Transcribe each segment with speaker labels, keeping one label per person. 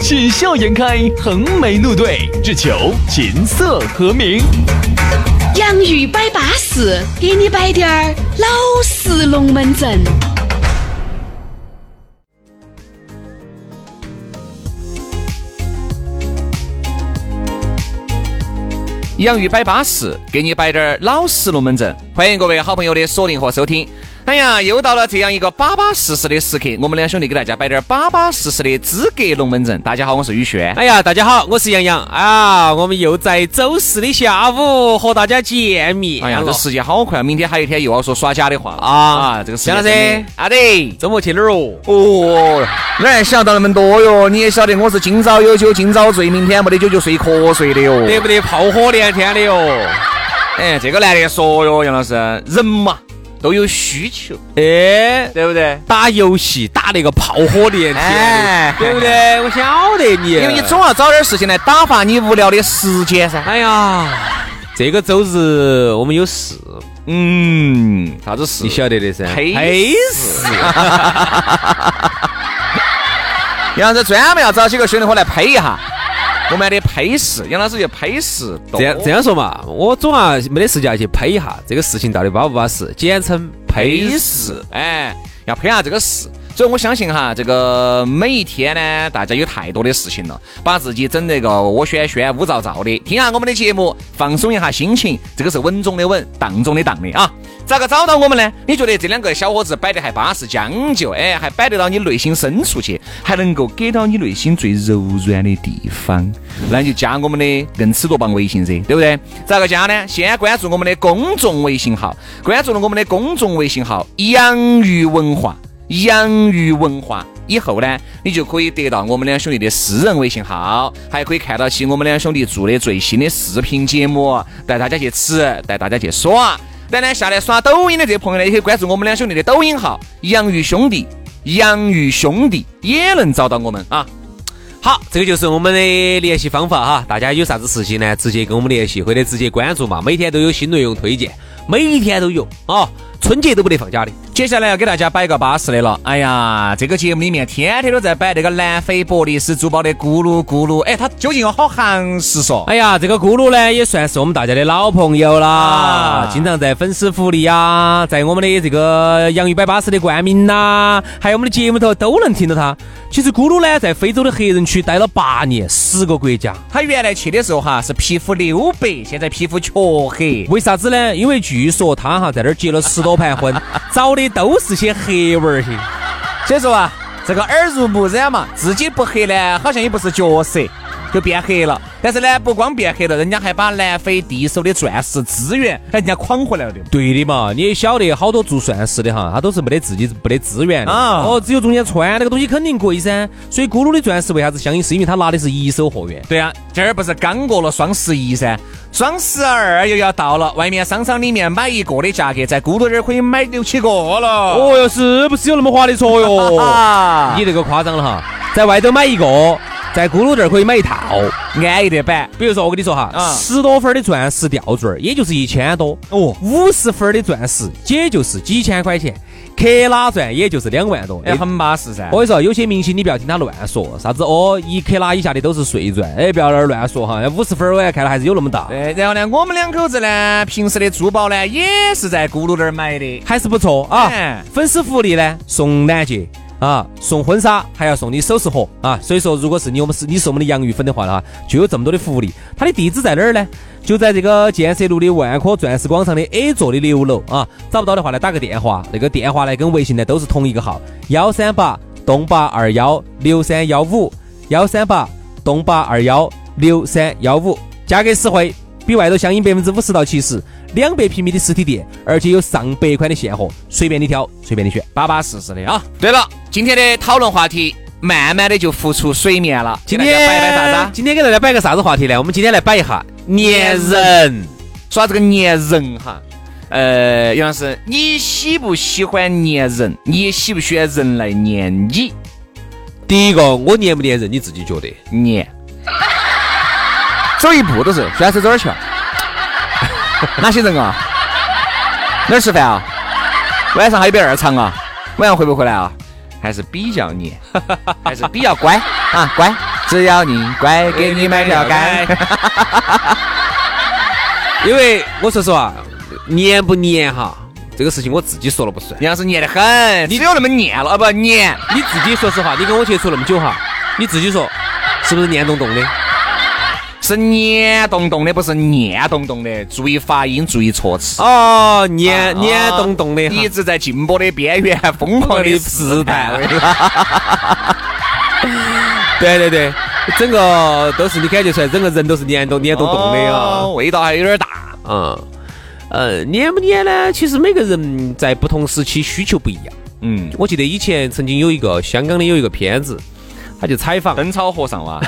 Speaker 1: 喜笑颜开，横眉怒对，只求琴瑟和鸣。
Speaker 2: 洋芋摆巴士，给你摆点儿老式龙门阵。
Speaker 3: 洋芋摆巴适，给你摆点儿老实龙门阵。欢迎各位好朋友的锁定和收听。哎呀，又到了这样一个巴巴适适的时刻，我们两兄弟给大家摆点儿巴巴适适的资格龙门阵。大家好，我是宇轩。
Speaker 4: 哎呀，大家好，我是杨洋啊，我们又在周四的下午和大家见面了。
Speaker 3: 哎呀，这时间好快，明天还有一天又要说耍假的话了
Speaker 4: 啊
Speaker 3: 啊！这个时间
Speaker 4: 江老师
Speaker 3: 真的，，
Speaker 4: 阿得，周末去哪儿哦？
Speaker 3: 哦，哪还想到那么多哟？你也晓得我是今朝有酒今朝醉，明天没得酒就睡瞌睡的哟。
Speaker 4: 得不得炮火连天的哦哟？
Speaker 3: 哎，这个难得说哟，杨老师，人嘛都有需求，
Speaker 4: 哎，
Speaker 3: 对不对？
Speaker 4: 打游戏打那个炮火连天的，
Speaker 3: 哎
Speaker 4: 对不对？我晓得你，
Speaker 3: 因为你总要找点事情来打发你无聊的时间噻。
Speaker 4: 哎呀，这个周日我们有事，
Speaker 3: 嗯，啥子事？
Speaker 4: 你晓得的噻，
Speaker 3: 黑
Speaker 4: 黑事，
Speaker 3: 杨老师专门要找几个兄弟伙来配一下，我们的配事，杨老师就配事多。
Speaker 4: 这样这样说嘛，我总啊没得时间要去呸一下这个事情到底巴不巴适，简称呸
Speaker 3: 配
Speaker 4: 事。
Speaker 3: 事，哎，要配下这个事。所以我相信哈，这个每一天呢，大家有太多的事情了，把自己整得个窝喧喧、乌糟糟的，听下我们的节目，放松一下心情，这个是稳中的稳，当中的当的啊。咋个找到我们呢？你觉得这两个小伙子摆得还巴适、将就，哎，还摆得到你内心深处去，还能够给到你内心最柔软的地方，那你就加我们的硬吃多棒微信噻，对不对？咋个加呢？先关注我们的公众微信号，关注了我们的公众微信号“养鱼文化”，养鱼文化。以后呢，你就可以得到我们两兄弟的私人微信号，还可以看到起我们两兄弟做的最新的视频节目，带大家去吃，带大家去耍。当然，下来刷抖音的这朋友呢，也可以关注我们两兄弟的抖音号“洋芋兄弟”，洋芋兄弟也能找到我们啊。
Speaker 4: 好，这个就是我们的联系方法哈。大家有啥子事情呢，直接跟我们联系，或者直接关注嘛。每天都有新内容推荐，每一天都有啊、春节都不得放假的。
Speaker 3: 接下来要给大家摆个巴适的了。哎呀，这个节目里面天天都在摆那个南非伯利斯珠宝的咕噜咕噜，哎，它究竟有好行实说？
Speaker 4: 哎呀，这个咕噜呢也算是我们大家的老朋友啦，
Speaker 3: 啊
Speaker 4: 经常在粉丝福利呀、在我们的这个洋芋摆巴士的冠名呐、还有我们的节目头都能听到他。其实咕噜呢在非洲的黑人区待了八年，十个国家。
Speaker 3: 他原来去的时候哈是皮肤溜白，现在皮肤黢黑。
Speaker 4: 为啥子呢？因为据说他哈在那儿结了十多盘 婚，找的都是些黑娃儿些。
Speaker 3: 所以说啊，这个耳濡目染嘛，自己不黑呢，好像也不是角色，就变黑了。但是呢，不光变黑了，人家还把南非第一手的钻石资源，哎人家诓回来了的。
Speaker 4: 对的嘛，你也晓得，好多做钻石的哈，他都是没得自己没得资源的
Speaker 3: 啊
Speaker 4: 哦，只有中间穿那个东西肯定贵噻。所以咕噜的钻石为啥子相应，是因为他拿的是一手货源。
Speaker 3: 对啊，今儿不是刚过了双十一噻，双十二又要到了，外面商场里面买一个的价格，在咕噜这儿可以买六七个了。
Speaker 4: 哦哟，是不是有那么划得着哟？
Speaker 3: 啊，
Speaker 4: 你这个夸张了哈，在外头买一个，在咕噜这儿可以买一套。
Speaker 3: 安逸的板。
Speaker 4: 比如说，我跟你说哈，
Speaker 3: 啊
Speaker 4: 十多分儿的钻石吊坠儿，也就是一千多；
Speaker 3: 哦，
Speaker 4: 五十分儿的钻石，也就是几千块钱；克拉钻也就是两万多。
Speaker 3: 哎，很巴适噻
Speaker 4: 我。跟你说，有些明星你不要听他乱说，啥子哦，一克拉以下的都是碎钻，哎，不要在那儿乱说哈。五十分儿我也看了还是有那么大，
Speaker 3: 对，哎然后呢，我们两口子呢，平时的珠宝呢，也是在咕噜这儿买的。
Speaker 4: 还是不错啊
Speaker 3: 哎。
Speaker 4: 粉丝福利呢，送钻戒啊，送婚纱，还要送你首饰盒啊。所以说，如果是你我们是你是我们的洋芋粉的话呢，哈就有这么多的福利。它的地址在哪儿呢？就在这个建设路的万科钻石广场的 A 座的六楼啊。找不到的话呢，打个电话，那个电话呢跟微信呢都是同一个号，幺三八东八二幺六三幺五，幺三八东八二幺六三幺五，价格实惠，比外头相应百分之五十到七十，两百平米的实体店，而且有上百款的现货，随便你挑，随便你选。
Speaker 3: 巴巴适适的啊。对了，今天的讨论话题慢慢的就浮出水面了。
Speaker 4: 今
Speaker 3: 给大
Speaker 4: 天
Speaker 3: 家摆摆啥子啊？
Speaker 4: 今天给大家摆个啥子话题呢？我们今天来摆一下粘人。
Speaker 3: 说到这个粘人哈，呃，杨老师，你喜不喜欢粘人？你喜不喜欢人来粘你？
Speaker 4: 第一个，我粘不粘人，你自己觉得？
Speaker 3: 粘，走一步都是，徐老师走哪儿去了？ 哪些人啊？哪儿吃饭啊？晚上还有没二场啊？晚上回不回来啊？还是比较粘，还是比较乖啊，乖，只要你乖，给你买条街。
Speaker 4: 因为我说实话，粘不粘哈，这个事情我自己说了不算。
Speaker 3: 杨老师粘得很，只有那么粘了啊，不粘。
Speaker 4: 你自己说实话，你跟我接触那么久哈，你自己说是不是粘洞洞的？
Speaker 3: 是黏咚咚的，不是念咚咚的。注意发音，注意措辞。
Speaker 4: 哦，粘粘洞洞的哈，
Speaker 3: 一直在进步的边缘疯狂的试探。
Speaker 4: 对对对，整个都是你感觉出来，整个人都是粘洞粘洞洞的啊。
Speaker 3: 哦，味道还有点大。
Speaker 4: 嗯，呃，粘不粘呢？其实每个人在不同时期需求不一样。
Speaker 3: 嗯，
Speaker 4: 我记得以前曾经有一个香港的有一个片子，他就采访，
Speaker 3: 灯草和尚哇，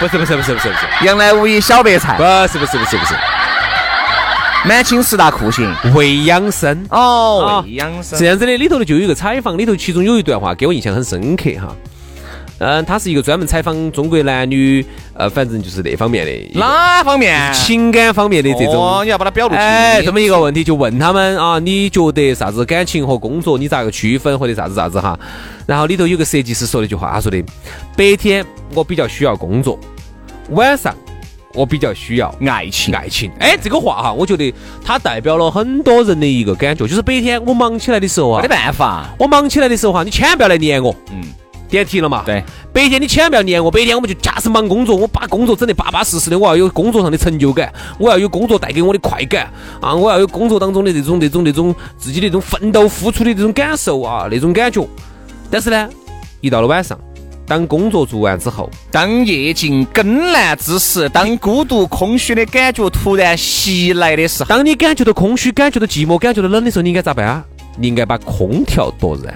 Speaker 4: 不是不是不是不是不是不是不是不是不是不是
Speaker 3: 杨乃武一小白 菜，
Speaker 4: 不是不是不是不是
Speaker 3: 满清十大酷刑。
Speaker 4: 魏养生
Speaker 3: 哦，喂养
Speaker 4: 是这
Speaker 3: 生。
Speaker 4: 样子的，里头的就有一个采访，里头其中有一段话给我印象很深刻哈。嗯，他是一个专门采访中国男女，呃，反正就是那方面的一个
Speaker 3: 哪方面？
Speaker 4: 情感方面的这种
Speaker 3: 哦，你要把它表露出来。
Speaker 4: 哎，这么一个问题就问他们啊，你觉得啥子感情和工作你咋个区分或者啥子啥子哈？然后里头有个设计师说了一句话，他说的：白天我比较需要工作，晚上我比较需要
Speaker 3: 爱情，
Speaker 4: 爱情。哎，这个话哈，我觉得它代表了很多人的一个感觉，就是白天我忙起来的时候
Speaker 3: 没
Speaker 4: 啊
Speaker 3: 得，办法。
Speaker 4: 我忙起来的时候哈，你千万不要来黏我。
Speaker 3: 嗯，
Speaker 4: 点题了嘛？
Speaker 3: 对，
Speaker 4: 白天你千万不要黏我，白天我们就假是忙工作，我把工作整得巴巴适适的，我要有工作上的成就感，我要有工作带给我的快感啊，我要有工作当中的这种这种这种自己的这种奋斗付出的这种感受啊，那种感觉。但是呢，一到了晚上，当工作做完之后，
Speaker 3: 当夜静更阑之时，当孤独空虚的感觉突然袭来的时候，
Speaker 4: 当你感觉到空虚、感觉到寂寞、感觉到冷的时候，你应该咋办啊？你应该把空调夺燃。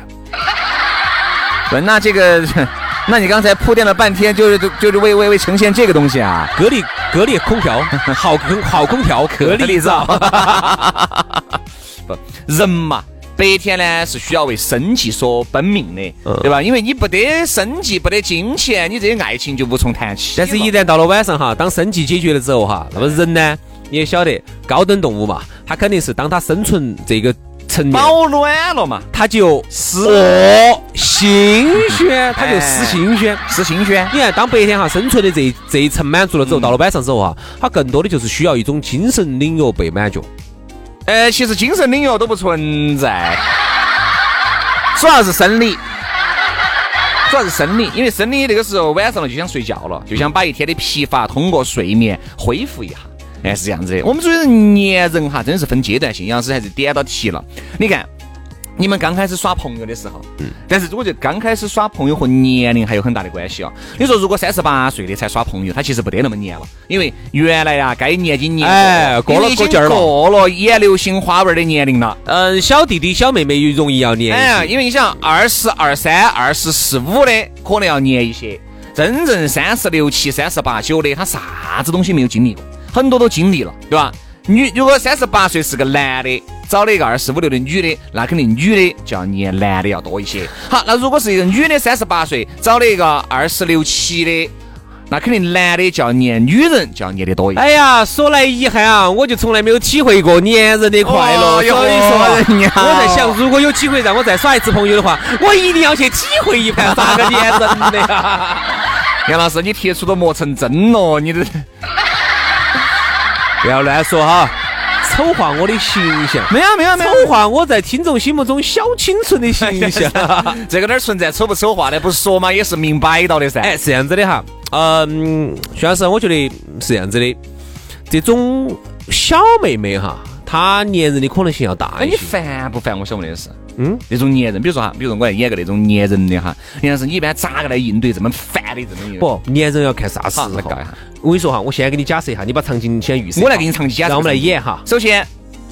Speaker 3: 不， 那这个， 那你刚才铺垫了半天，就是就是为为为呈现这个东西啊，
Speaker 4: 格力格力空调，好空好空调，格力
Speaker 3: 皂。 不，人嘛，白天呢是需要为生计所奔命的，
Speaker 4: 嗯
Speaker 3: 对吧？因为你不得生计，不得金钱，你这些爱情就无从谈起。
Speaker 4: 但是，一旦到了晚上哈，当生计解决了之后哈，那么人呢，你也晓得，高等动物嘛，它肯定是当它生存这个成年，
Speaker 3: 保暖了嘛，
Speaker 4: 它就
Speaker 3: 是
Speaker 4: 新鲜，它就失新鲜。
Speaker 3: 是新鲜。
Speaker 4: 你看，当白天哈生存的这一这一层满足了之后，到了晚上之后哈，它更多的就是需要一种精神领域被满足。
Speaker 3: 呃，其实精神领域都不存在，主要是生理，主要是生理，因为生理那个时候晚上了就想睡觉了，就想把一天的疲乏通过睡眠恢复一下。哎，是这样子的。我们主要是粘人哈，真的是分阶段性，杨老师还是点到题了。你看，你们刚开始耍朋友的时候，
Speaker 4: 嗯
Speaker 3: 但是我觉得刚开始耍朋友和年龄还有很大的关系啊。你说如果三十八岁的才耍朋友，他其实不得那么黏了，因为原来呀、该年纪年
Speaker 4: 哎过了过劲儿了
Speaker 3: 过了眼流星花纹的年龄了。
Speaker 4: 嗯，小弟弟小妹妹又容易要黏
Speaker 3: 哎，
Speaker 4: 一些，
Speaker 3: 因为你想，二十二三、二十四五的可能要黏一些，真正三十六七、三十八九的，他啥子东西没有经历过，很多都经历了，对吧？女如果三十八岁是个男的，找了一个二十五六的女的，那肯定女的就要黏男的要多一些。好，那如果是一个女的三十八岁，找了一个二十六七的，那肯定男的就要黏女人就要黏的多一些。
Speaker 4: 哎呀，说来遗憾啊，我就从来没有体会过粘人的快乐，
Speaker 3: 哦
Speaker 4: 所以
Speaker 3: 哟
Speaker 4: 说啊
Speaker 3: 人 家
Speaker 4: 我在想，如果有机会让我再耍一次朋友的话，我一定要去体会一盘咋个粘人的呀！
Speaker 3: 杨老师，你铁杵都磨成针了，你这
Speaker 4: 不要乱说哈，丑化我的形象，
Speaker 3: 没有没有
Speaker 4: 丑化我在听众心目中小清纯的形象。
Speaker 3: 啊这个哪儿存在丑不丑话呢？不是说嘛，也是明摆到的噻。
Speaker 4: 哎，是这样子的哈，嗯，徐老师，我觉得是这样子的，这种小妹妹哈，她粘人的可能性要大
Speaker 3: 哎，
Speaker 4: 一
Speaker 3: 你
Speaker 4: 些。
Speaker 3: 烦不烦？我想问的是，嗯，那种粘人，比如说哈，比如说我来演个那种粘人的哈，你看是你一般咋个来应对这么烦的这么一个？，
Speaker 4: 不，粘人要看啥时
Speaker 3: 好
Speaker 4: 候
Speaker 3: 来搞一下。
Speaker 4: 我跟你说哈，我先给你假设一下，你把场景先预设一下。
Speaker 3: 我来给你唱几下。
Speaker 4: 让我们来演哈。
Speaker 3: 首先，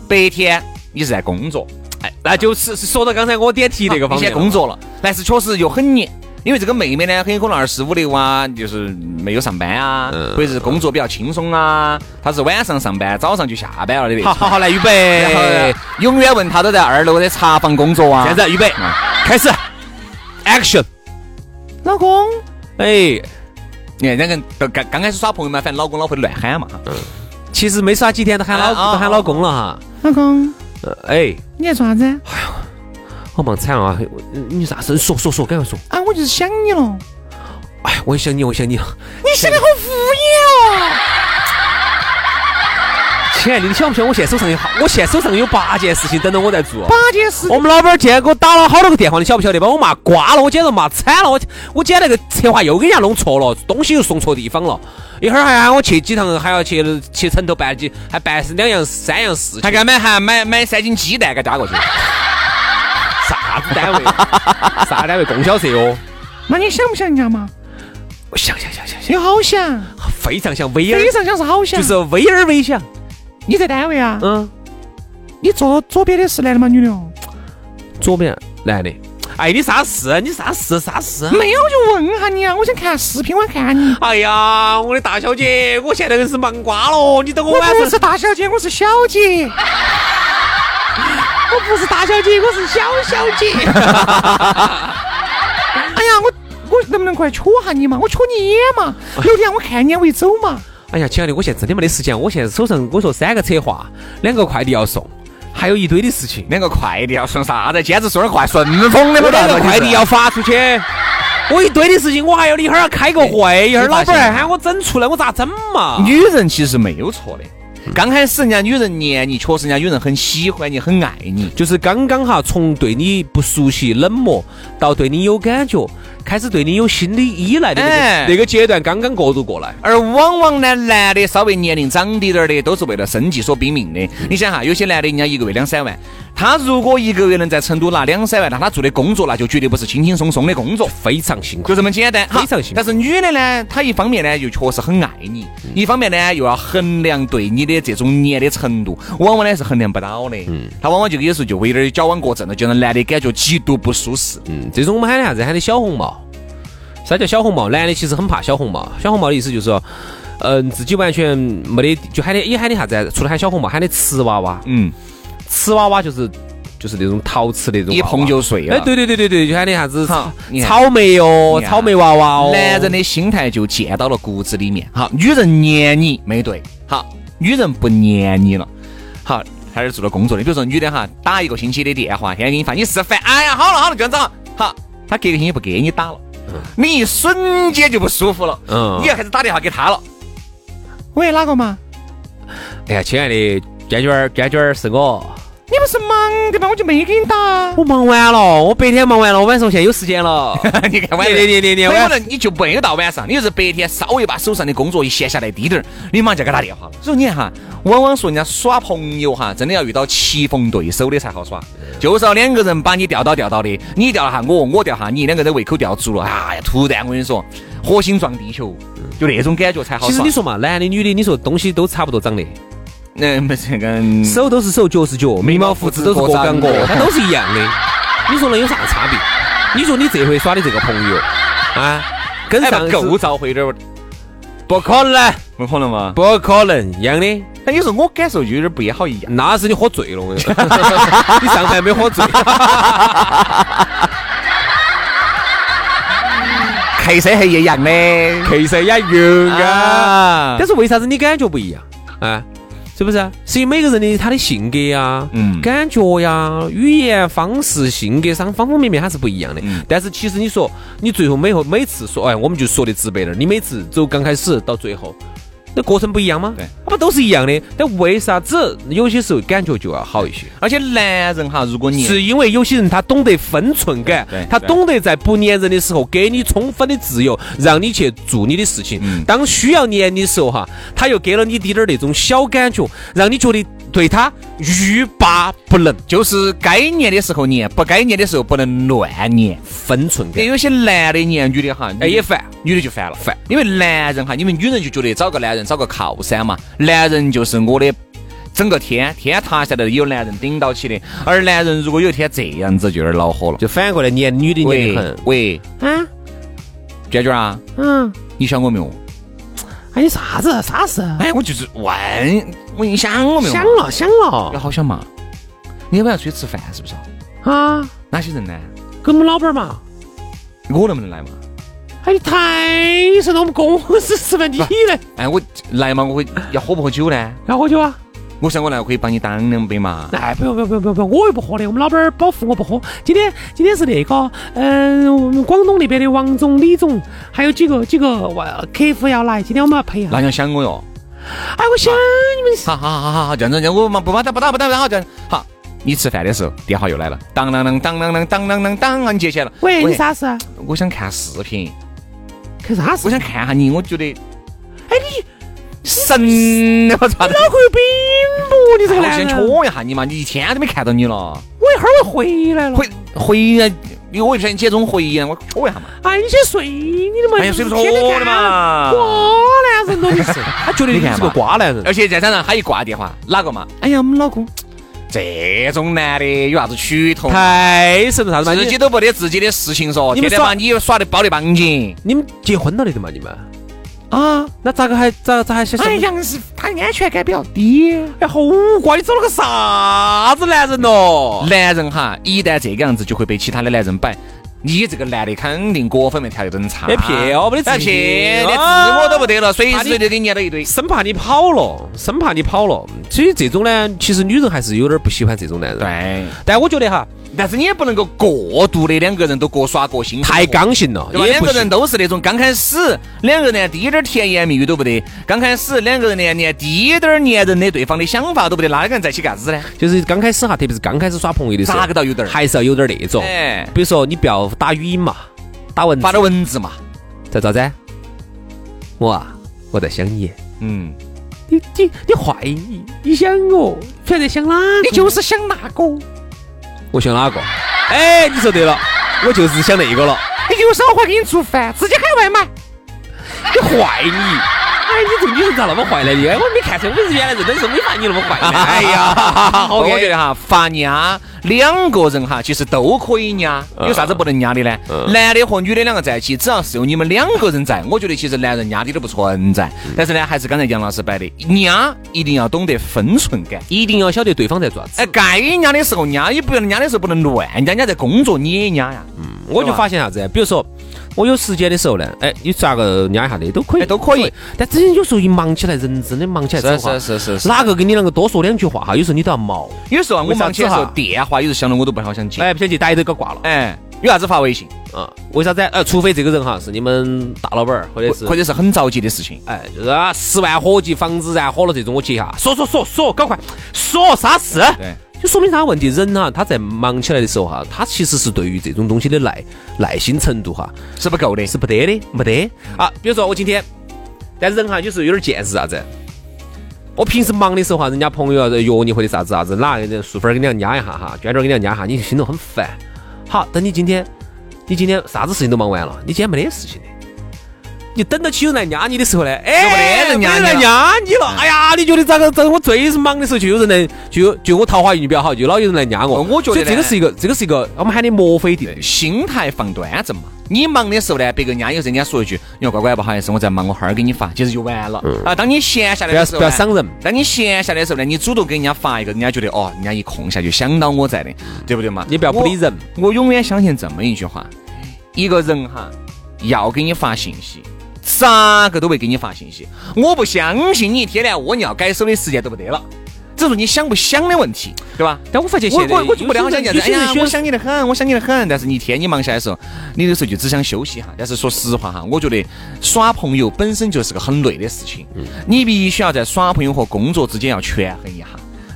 Speaker 3: 白天你是在工作，哎，啊
Speaker 4: 那就是说到刚才我点题那个方
Speaker 3: 一
Speaker 4: 面
Speaker 3: 些
Speaker 4: 了，
Speaker 3: 工作了，但是确实又很黏。因为这个妹妹呢，很有可能二十五六啊，就是没有上班啊，或者是工作比较轻松啊，她是晚上上班，早上就下班了的那
Speaker 4: 好
Speaker 3: 种。
Speaker 4: 好好，来预
Speaker 3: 然后
Speaker 4: 备
Speaker 3: 呢，哎永远问她都在二楼的茶房工作啊。
Speaker 4: 现在预备
Speaker 3: 嗯，
Speaker 4: 开始，Action！
Speaker 3: 老公，
Speaker 4: 哎，
Speaker 3: 你看两个人都刚刚开始耍朋友嘛，反正老公老婆乱喊嘛。
Speaker 4: 其实没耍几天，都喊老
Speaker 3: 啊啊
Speaker 4: 都喊老公了哈。
Speaker 5: 老公，
Speaker 4: 呃哎，
Speaker 5: 你在做啥子？
Speaker 4: 好忙惨啊！我你啥事？说说说，赶快说！
Speaker 5: 啊，我就是想你了。
Speaker 4: 哎，我也想你，我也想你。
Speaker 5: 你想的好敷衍哦。
Speaker 4: 亲爱的，你晓不晓得我现在手上有好，我现在手上有八件事情等着我在做。
Speaker 5: 八件事
Speaker 4: 我们老板今天给我打了好多个电话，你晓不晓得？把我骂瓜了，我简直骂惨了，我我今天那个策划又给人家弄错了，东西又送错地方了，一会儿还喊我去几趟，还要去去城头办几，还办两样三样事
Speaker 3: 还
Speaker 4: 情，
Speaker 3: 给他买还买买三斤鸡蛋给他加过去。
Speaker 4: 啥子单 位？啥单位？供销社哦哟。
Speaker 5: 那你想不想人家嘛？
Speaker 4: 我想想想想想，
Speaker 5: 你好想，
Speaker 4: 非常像威尔
Speaker 5: 非，常想是好想。
Speaker 4: 就是威尔威想，
Speaker 5: 你在单位啊？
Speaker 4: 嗯，
Speaker 5: 你坐左边的是男的吗？女的？哦？
Speaker 4: 左边男的。哎，你啥事？你啥事？啊啥事？
Speaker 5: 没有，我就问下你啊，我想看视频，我看你。
Speaker 4: 哎呀，我的大小姐，我现在是忙瓜了，你等我
Speaker 5: 我
Speaker 4: 晚
Speaker 5: 不
Speaker 4: 上
Speaker 5: 是大小姐，我是小姐。 我不是大小姐，我是小小姐。哎呀，我我能不能快戳下你嘛？我戳你一眼嘛，有点我看一眼我就走嘛。
Speaker 4: 哎呀，亲爱的，我现在真的没得时间，我现在手上我说三个策划，两个快递要送，还有一堆的事情。
Speaker 3: 两个快递要送啥子？兼职送点快顺丰
Speaker 4: 我
Speaker 3: 的嘛，
Speaker 4: 两个
Speaker 3: 到底是
Speaker 4: 快递要发出去，我一堆的事情，我还要一会儿要开个会，一会儿老板儿喊我整出来，我咋整嘛？
Speaker 3: 女人其实没有错的。刚开始人家女人黏你，确实人家女人很喜欢你，很爱你。
Speaker 4: 就是刚刚哈，从对你不熟悉、冷漠，到对你有感觉，开始对你有心理依赖的那个、
Speaker 3: 哎
Speaker 4: 那个阶段，刚刚过渡过来。
Speaker 3: 而往往呢，男的稍微年龄长滴点儿的，都是为了生计所拼命的。你想哈，有些男的人家一个月两三万，他如果一个月能在成都拿两三万，那他做的工作那就绝对不是轻轻松松的工作。
Speaker 4: 非常辛苦，
Speaker 3: 就这么简单，哈
Speaker 4: 非常幸运
Speaker 3: 但是女的呢，她一方面呢又确实很爱你，一方面呢又要衡量对你的这种黏的程度，往往呢是衡量不到的。嗯，她往往就有时候就会有点矫枉过正了，就让男的感觉极度不舒适。
Speaker 4: 嗯，这种我们喊的啥子？喊的小红帽。啥叫小红帽？男的其实很怕小红帽。小红帽的意思就是说，嗯、自己完全没得，就喊的也喊的啥子？除了喊小红帽，喊的瓷娃娃。
Speaker 3: 嗯，
Speaker 4: 瓷娃娃就是就是那种陶瓷那种娃娃，
Speaker 3: 一碰就碎了。
Speaker 4: 哎，对对对对对，就喊的啥子
Speaker 3: 好你看
Speaker 4: 草莓哦，
Speaker 3: 你看
Speaker 4: 草莓娃娃哦。
Speaker 3: 男人的心态就溅到了骨子里面。好，女人黏你没对，好，女人不黏你了，好，开始做了工作的。比如说女的哈，打一个星期的电话，天天给你发，你是烦，哎呀，好了好了，就这样，好，她隔个星期不给你打了，
Speaker 5: 嗯
Speaker 3: 你一瞬间就不舒服了，
Speaker 4: 嗯
Speaker 3: 你要开始打电话给她了，
Speaker 5: 喂，哪个嘛？
Speaker 4: 哎呀，亲爱的娟娟儿，娟娟儿是我。
Speaker 5: 你不是忙的吗？我就没给你打。
Speaker 4: 我忙完了，我白天忙完了，我晚上现在有时间 了。
Speaker 3: 你看晚上，
Speaker 4: 你你你你
Speaker 3: 所以
Speaker 4: 晚
Speaker 3: 可能你就没有到晚上，你就是白天稍微把手上的工作一闲下来低点儿，你马上就给他打电话了。所以你看哈，往往说人家耍朋友哈，真的要遇到棋逢对手的才好耍，就是要两个人把你吊倒吊倒的，你吊下我，我吊下你，两个人胃口吊足了，哎呀，突然我跟你说，火星撞地球，就那种感觉才好
Speaker 4: 其实
Speaker 3: 耍
Speaker 4: 你。说嘛，男的女的，你说东西都差不多长得，
Speaker 3: 嗯，不是跟
Speaker 4: 手都是手，脚是脚，眉毛胡子都是各长各，它都是一样的。你说能有啥差别？你说你这回耍的这个朋友啊，跟
Speaker 3: 哎
Speaker 4: 上
Speaker 3: 不
Speaker 4: 次
Speaker 3: 够遭回点儿，
Speaker 4: 不可能，
Speaker 3: 不可能嘛？
Speaker 4: 不可能一样的。
Speaker 3: 哎，有时候我感受就有点不也好一样。
Speaker 4: 那是你喝醉了，我跟你 说，你上盘没喝 醉。
Speaker 3: K 三还一样的，
Speaker 4: 其实也有
Speaker 3: 啊
Speaker 4: 但是为啥子你感觉不一样啊？是不是啊？是因为每个人的他的性格呀、
Speaker 3: 嗯
Speaker 4: 感觉呀、语言方式、性格上方方面面他是不一样的。
Speaker 3: 嗯
Speaker 4: 但是其实你说，你最后每后每次说，哎，我们就说的直白点儿，你每次走刚开始到最后。那过程不一样吗？啊
Speaker 3: 对，
Speaker 4: 不都是一样的？但为啥子有些时候感觉就要好一些？
Speaker 3: 而且男人哈，如果你
Speaker 4: 是因为有些人他懂得分寸感
Speaker 3: 对对，
Speaker 4: 他懂得在不粘人的时候给你充分的自由，让你去做你的事情。
Speaker 3: 嗯
Speaker 4: 当需要粘你的时候哈，他又给了你滴点儿那种小感觉，让你觉得对他欲罢不能，
Speaker 3: 就是该粘的时候粘，不该粘的时候不能乱粘。
Speaker 4: 分寸
Speaker 3: 因为
Speaker 4: 感。
Speaker 3: 有些男的粘女的哈，
Speaker 4: 哎，也
Speaker 3: 也
Speaker 4: 烦，
Speaker 3: 女的就烦了，
Speaker 4: 烦。
Speaker 3: 因为男人哈，你们女人就觉得找个男人找个靠山嘛，男人就是我的整个天天塌下来有男人顶到起的，而男人如果有一天这样子，就有点恼火了。
Speaker 4: 就反过来撵女的撵
Speaker 3: 喂
Speaker 4: 得很。
Speaker 3: 喂，
Speaker 5: 啊，
Speaker 3: 娟娟啊，
Speaker 5: 嗯，
Speaker 3: 你想我没有？
Speaker 5: 哎，你啥子啥事？
Speaker 3: 哎，我就是问，我你想我没有嘛？
Speaker 5: 想了想了
Speaker 3: 要好想嘛？你要不要出去吃饭？是不是？
Speaker 5: 啊，
Speaker 3: 哪些人呢？
Speaker 5: 跟我们老板嘛，
Speaker 3: 我能不能来嘛？
Speaker 5: 哎，你太神了，我们公司吃饭你来，
Speaker 3: 哎，我来嘛，我会要喝不喝酒呢？
Speaker 5: 要喝酒啊？
Speaker 3: 我想我来我可以帮你挡两杯嘛。
Speaker 5: 哎，不用不用不用不用不用，我又不喝的，我们老板儿保护我不喝。今天今天是那个，嗯、我们广东那边的王总、李总，还有几个几个哇客户要来，今天我们要陪一下。
Speaker 3: 那你要想我哟。
Speaker 5: 哎，我想你们是
Speaker 3: 好好好好好，这样子，这样我嘛不把打不打不打不打好这样好。你吃饭的时候，电话又来了，当当当当当当当当当当，你接起来了。
Speaker 5: 喂，你？啥事？啊？
Speaker 3: 我想看视频，
Speaker 5: 看啥事
Speaker 3: 我？想看下你，我觉得
Speaker 5: 哎，你
Speaker 3: 神了，我操！
Speaker 5: 脑壳有病不？你这个
Speaker 3: 我
Speaker 5: 男
Speaker 3: 先
Speaker 5: 人，
Speaker 3: 戳一下你嘛，你一天都没看到你了。
Speaker 5: 我一会儿我回来了。
Speaker 3: 回回啊，因为我也不晓得你姐这种回呀，我戳一下嘛。
Speaker 5: 哎，你先睡你的嘛，
Speaker 3: 哎呀，睡不着
Speaker 5: 天天
Speaker 3: 的
Speaker 5: 干
Speaker 3: 嘛。
Speaker 5: 瓜男人都你是，
Speaker 4: 他觉得你是个瓜男人。
Speaker 3: 而且再加上他一挂电话，哪个嘛？哎呀，我们老公这种男的有啥子趋
Speaker 4: 哦
Speaker 3: 同？
Speaker 4: 太神了，啥子嘛？
Speaker 3: 自己
Speaker 4: 你
Speaker 3: 都不得自己的事情说，
Speaker 4: 你
Speaker 3: 天
Speaker 4: 们
Speaker 3: 天把你耍的包的绑紧。
Speaker 4: 你们结婚了的嘛？你们啊？那咋个还咋咋还想？
Speaker 5: 哎，
Speaker 4: 呀，
Speaker 5: 杨是他安全感比较低。
Speaker 4: 哎好瓜，你找了个啥子男人哦咯？
Speaker 3: 男人哈，一旦这个样子，就会被其他的男人摆。你这个男的肯定各方面条件都很差，
Speaker 4: 哎撇没得自
Speaker 3: 哎
Speaker 4: 信
Speaker 3: 撇，连
Speaker 4: 啊
Speaker 3: 自我都不得了，随时随地给你压到一堆。
Speaker 4: 生怕你跑了，生怕你跑了。所以这种呢，其实女人还是有点不喜欢这种男人。，
Speaker 3: 对，
Speaker 4: 但我觉得哈，
Speaker 3: 但是你也不能够过度的两个人都各耍各心，
Speaker 4: 太刚性了，
Speaker 3: 对吧？
Speaker 4: 也
Speaker 3: 两
Speaker 4: 不
Speaker 3: 个
Speaker 4: 行
Speaker 3: 人都是那种刚开始，两个人连滴点儿甜言蜜语都不得，刚开始两个人连连滴点儿粘人的对方的想法都不得，那两个人在一起干啥子呢？
Speaker 4: 就是刚开始哈，特别是刚开始耍朋友的时候，
Speaker 3: 咋个倒有点儿
Speaker 4: 还是要有点儿那种。
Speaker 3: 哎，
Speaker 4: 比如说，你不要打语音嘛，打文字
Speaker 3: 发，点文字嘛，
Speaker 4: 在咋子？我啊，我在想你，
Speaker 3: 嗯，
Speaker 5: 你你你坏，你你想我，不晓得想哪个？你就是想那个，你
Speaker 4: 我想哪个？哎，你说对了，我就是想那个了。
Speaker 5: 就是我会给你做饭，自己喊外卖。
Speaker 4: 你坏你！哎，你这个女人咋那么坏呢？你哎，我没看出来，我是原来认真是没发现你那么坏呢。哎 呀，
Speaker 3: 我觉得哈，发压两个人哈，其实都可以压，
Speaker 4: 嗯
Speaker 3: 有啥子不能压的呢？男的和女的两个在一起，只要是有你们两个人在，我觉得其实男人压的都不存在。
Speaker 4: 嗯
Speaker 3: 但是呢，还是刚才杨老师摆的，压一定要懂得分寸感。
Speaker 4: 一定要晓得对方在做啥子。
Speaker 3: 哎，该压的时候压，也不要压的时候不能乱压。人家在工作，你也压呀，
Speaker 4: 我就发现啥子啊？比如说，我有时间的时候呢，哎，你咋个压一下的都可以，
Speaker 3: 哎都可以。
Speaker 4: 但之前有时候一忙起来，人真的忙起来之后啊，
Speaker 3: 是是
Speaker 4: 哪个跟你啷个多说两句话哈？有时候你都要毛，
Speaker 3: 有时候啊我
Speaker 4: 为啥
Speaker 3: 忙
Speaker 4: 子
Speaker 3: 起来的时候
Speaker 4: 哈，
Speaker 3: 电话有时候想到我都不好想接。
Speaker 4: 哎，不想去，大家都给挂了
Speaker 3: 哎，有啥子发微信，
Speaker 4: 啊？为啥子啊？呃，除非这个人哈是你们大老板儿，或者是
Speaker 3: 或者是很着急的事情。
Speaker 4: 哎，就是啊，十万火急，房子燃火了这种，我接一下，说说说说，赶快说啥事？
Speaker 3: 对，
Speaker 4: 就说明啥问题？人哈、他在忙起来的时候哈、他其实是对于这种东西的耐耐心程度哈、
Speaker 3: 是不够的。
Speaker 4: 是不得的，没得啊。比如说我今天，但是人哈、有时候有点见识啥子。我平时忙的时候哈、人家朋友要约你或者啥子啥子，哪个人淑芬儿给你压一下哈，娟娟儿给你压一下，你心头很烦。好，等你今天，你今天啥子事情都忙完了，你今天没得事情的。你等到起有人来压你的时候呢，哎，
Speaker 3: 没得人压你了
Speaker 4: 没来压你了。哎呀，你觉得咋个？在我最忙的时候，就有人来，就有就我桃花运比较好，就老有人来压我。
Speaker 3: 我觉得
Speaker 4: 所以这个
Speaker 3: 呢
Speaker 4: 是一个，这个是一个，我们喊的墨菲定律。
Speaker 3: 心态放端正嘛。你忙的时候呢，别个人家有时候人家说一句：“哟，乖乖，不好意思，我在忙，我后儿给你发。”其实就完了。啊，当你闲下来
Speaker 4: 不要
Speaker 3: 的时
Speaker 4: 嗯
Speaker 3: 候
Speaker 4: 不要
Speaker 3: 呢，
Speaker 4: 伤人。
Speaker 3: 当你闲下来的时候呢，你主动给人家发一个，人家觉得哦，人家一空下就想到我在的，对不对嘛？
Speaker 4: 你不要不理人
Speaker 3: 我。我永远相信这么一句话：一个人哈，要给你发信息，咋个都会给你发信息。我不相信你一天连窝尿改手的时间都不得了，只是你想不想的问题，对吧？
Speaker 4: 但我发现
Speaker 3: 我
Speaker 4: 现在
Speaker 3: 我我就不得好想
Speaker 4: 有些
Speaker 3: 念
Speaker 4: 人有些人
Speaker 3: 的，哎呀，
Speaker 4: 选
Speaker 3: 我想你得很，我想你得很。但是你一天你忙下来的时候，你有时候就只想休息哈。但是说实话哈，我觉得耍朋友本身就是个很累的事情，你必须要在耍朋友和工作之间要权衡一下。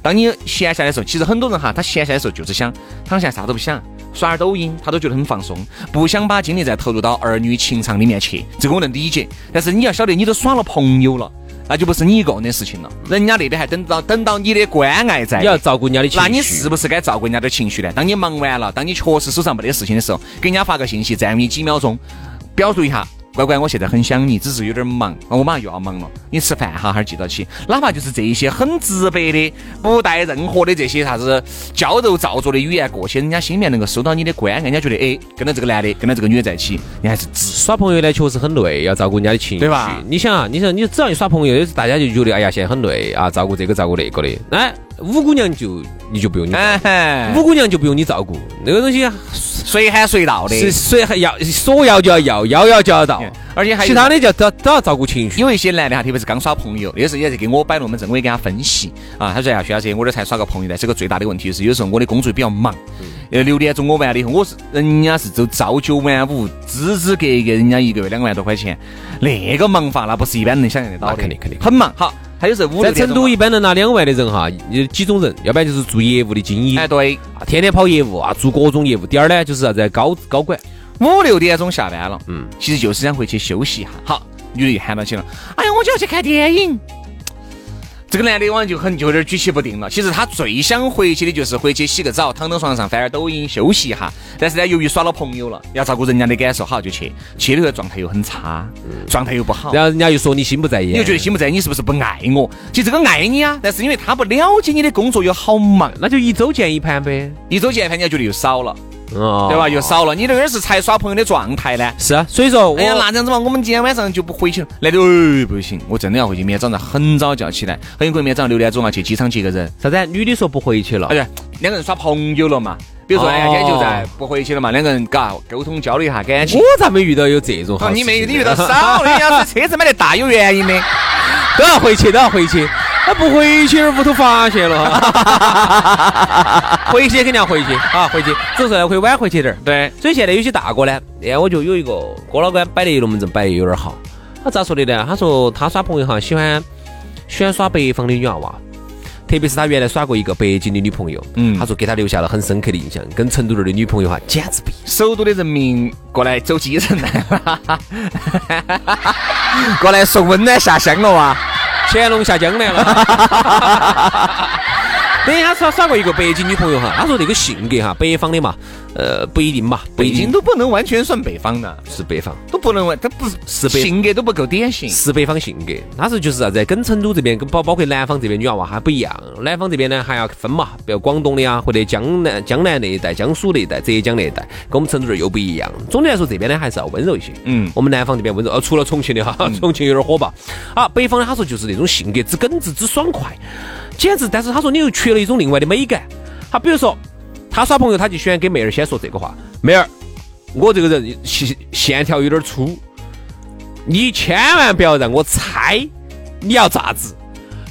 Speaker 3: 当你闲下来的时候，其实很多人哈，他闲下来的时候就是想躺下啥都不想，刷点抖音，他都觉得很放松，不想把精力再投入到儿女情长里面去。这个我能理解，但是你要晓得，你都耍了朋友了。那就不是你一个人的事情了，人家那边还等到等到你的关爱在，
Speaker 4: 你要照顾人家的情绪。
Speaker 3: 那你是不是该照顾人家的情绪呢？当你忙完了，当你确实手上没得事情的时候，给人家发个信息，占用你几秒钟，表述一下。乖乖，我现在很想你，只是有点忙，我马上又要忙了。你吃饭哈，哈儿记到起。哪怕就是这一些很直白的，不带任何的这些啥子矫揉造作的语言过去，人家心里面能够收到你的关爱，人家觉得哎，跟到这个男的，跟到这个女的在一起，你还是直。
Speaker 4: 耍朋友呢，确实很累，要照顾人家的情绪，
Speaker 3: 对吧
Speaker 4: 你想啊，你想，你只要一耍朋友，大家就觉得哎呀，现在很累啊，照顾这个，照顾那个的。哎，五姑娘就你就不用你照
Speaker 3: 哎
Speaker 4: 顾，
Speaker 3: 嘿
Speaker 4: 五，姑娘就不用你照顾，那个东西啊
Speaker 3: 随喊随到的，
Speaker 4: 是谁还要说要就要要，要要就要到，
Speaker 3: 而且还有
Speaker 4: 嗯其他的就都都要照顾情绪。
Speaker 3: 有一些男的哈，特别是刚耍朋友，那时候也是给我摆龙门阵，我也给他分析啊。他说呀，徐老师，我这才耍个朋友呢，这个最大的问题就是有时候我的工作比较忙，呃，六点钟我完了以后，我是人家是走朝九晚五，支支格格，人家一个月两万多块钱，那个忙法那不是一般能想象得到的，
Speaker 4: 那肯定肯定
Speaker 3: 很忙。好，还有是五
Speaker 4: 在
Speaker 3: 六点
Speaker 4: 成
Speaker 3: 钟
Speaker 4: 都
Speaker 3: 嘛
Speaker 4: 一般能拿两万的人哈，有几种人，要不然就是做业务的精英，
Speaker 3: 哎对，
Speaker 4: 啊天天跑业务啊，做各种业务。第二呢，就是啥子高高管，
Speaker 3: 五六点钟下班了，
Speaker 4: 嗯
Speaker 3: 嗯，其实就是想回去休息一下。好，女的就喊到起了，哎呀，我就要去看电影。这个男的往就很就有点举棋不定了。其实他最想回去的就是回去洗个澡，躺到床上翻下抖音休息一下。但是呢，由于耍了朋友了，要照顾人家的感受，好就去，去了以后状态又很差，状态又不好。
Speaker 4: 然后人家又说你心不在
Speaker 3: 你
Speaker 4: 焉
Speaker 3: 又觉。得心不在，你是不是不爱我？其实这个爱你啊，但是因为他不了解你的工作又好忙，
Speaker 4: 那就一周见一盘呗，
Speaker 3: 一周见盘你就觉得又少了，
Speaker 4: 哦
Speaker 3: 对吧？又少了，你这个是才耍朋友的状态呢。
Speaker 4: 是啊，所以说我
Speaker 3: 哎呀，那这样子嘛，我们今天晚上就不回去了。那就、哎、不行，我真的要回去，明天早上很早就要起来，很有可能明天早上六点钟啊要去机场接个人。
Speaker 4: 啥子？女的说不回去了
Speaker 3: 哎，对，两个人耍朋友了嘛。比如说，
Speaker 4: 哦
Speaker 3: 哎呀，今天就在不回去了嘛，两个人嘎沟通交流一下感情
Speaker 4: 我。咋没遇到有这种好
Speaker 3: 哦，
Speaker 4: 事
Speaker 3: 你
Speaker 4: 情呢？
Speaker 3: 没你遇到少，人家是车子买的大有原因的。
Speaker 4: 都要回去，都要回去，那不回去屋头发现 了，回去肯定要回去啊，回去，总是会晚回去点儿。
Speaker 3: 对，
Speaker 4: 所以现在有些大哥呢，哎，我就有一个郭老倌摆的龙门阵摆的有点好。他咋说的呢？他说他耍朋友哈，喜欢喜欢耍北方的女娃娃，特别是他原来耍过一个北京的女朋友，
Speaker 3: 嗯
Speaker 4: 他说给他留下了很深刻的印象，跟成都那儿的女朋友哈简直不一样。
Speaker 3: 首都的人民过来走基层来了， 过来送温暖下乡了啊哇！
Speaker 4: 乾隆下江来了。等一下耍耍过一个北京女朋友哈，他说这个性格哈，北方的嘛，呃，不一定嘛，不一
Speaker 3: 北京
Speaker 4: 定
Speaker 3: 都嗯不能完全算北方的，
Speaker 4: 是北方，
Speaker 3: 都不能完，都不
Speaker 4: 是北
Speaker 3: 性格都不够典型。
Speaker 4: 是北方性格。他说就是啥、子，跟成都这边跟包包括南方这边女娃娃还不一样，南方这边呢还要分嘛，比如广东的呀，或者江南江南那一带、江苏那一带、浙江那一带，跟我们成都这儿又不一样。总的来说，这边呢还是要温柔一些。
Speaker 3: 嗯
Speaker 4: 我们南方这边温柔，呃，除了重庆的哈，重庆有点火爆。啊，北方呢，他说就是那种性格之耿直、之爽快，简直。但是他说你又缺了一种另外的美感。他比如说，他耍朋友，他就喜欢给妹儿先说这个话：妹儿，我这个人线线条有点粗，你千万不要让我猜你要咋子。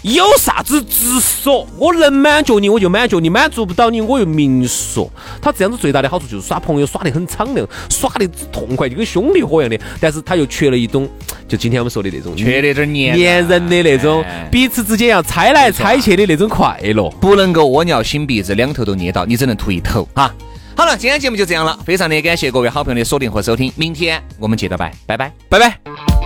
Speaker 4: 有啥子直说，我能满足你我就满足你，满足不到你我又明说。他这样子最大的好处就是耍朋友耍得很敞亮，耍得痛快，就跟兄弟伙一样的。但是他又缺了一种，就今天我们说的那种
Speaker 3: 缺了点黏
Speaker 4: 粘人的那种
Speaker 3: 哎，啊
Speaker 4: 彼此之间要猜来猜去的那种快乐。
Speaker 3: 不能够蜗尿心鼻子，两头都捏到，你只能吐一头哈。好了，今天节目就这样了，非常的感谢各位好朋友的锁定和收听，明天我们接着拜，拜拜。
Speaker 4: 拜拜。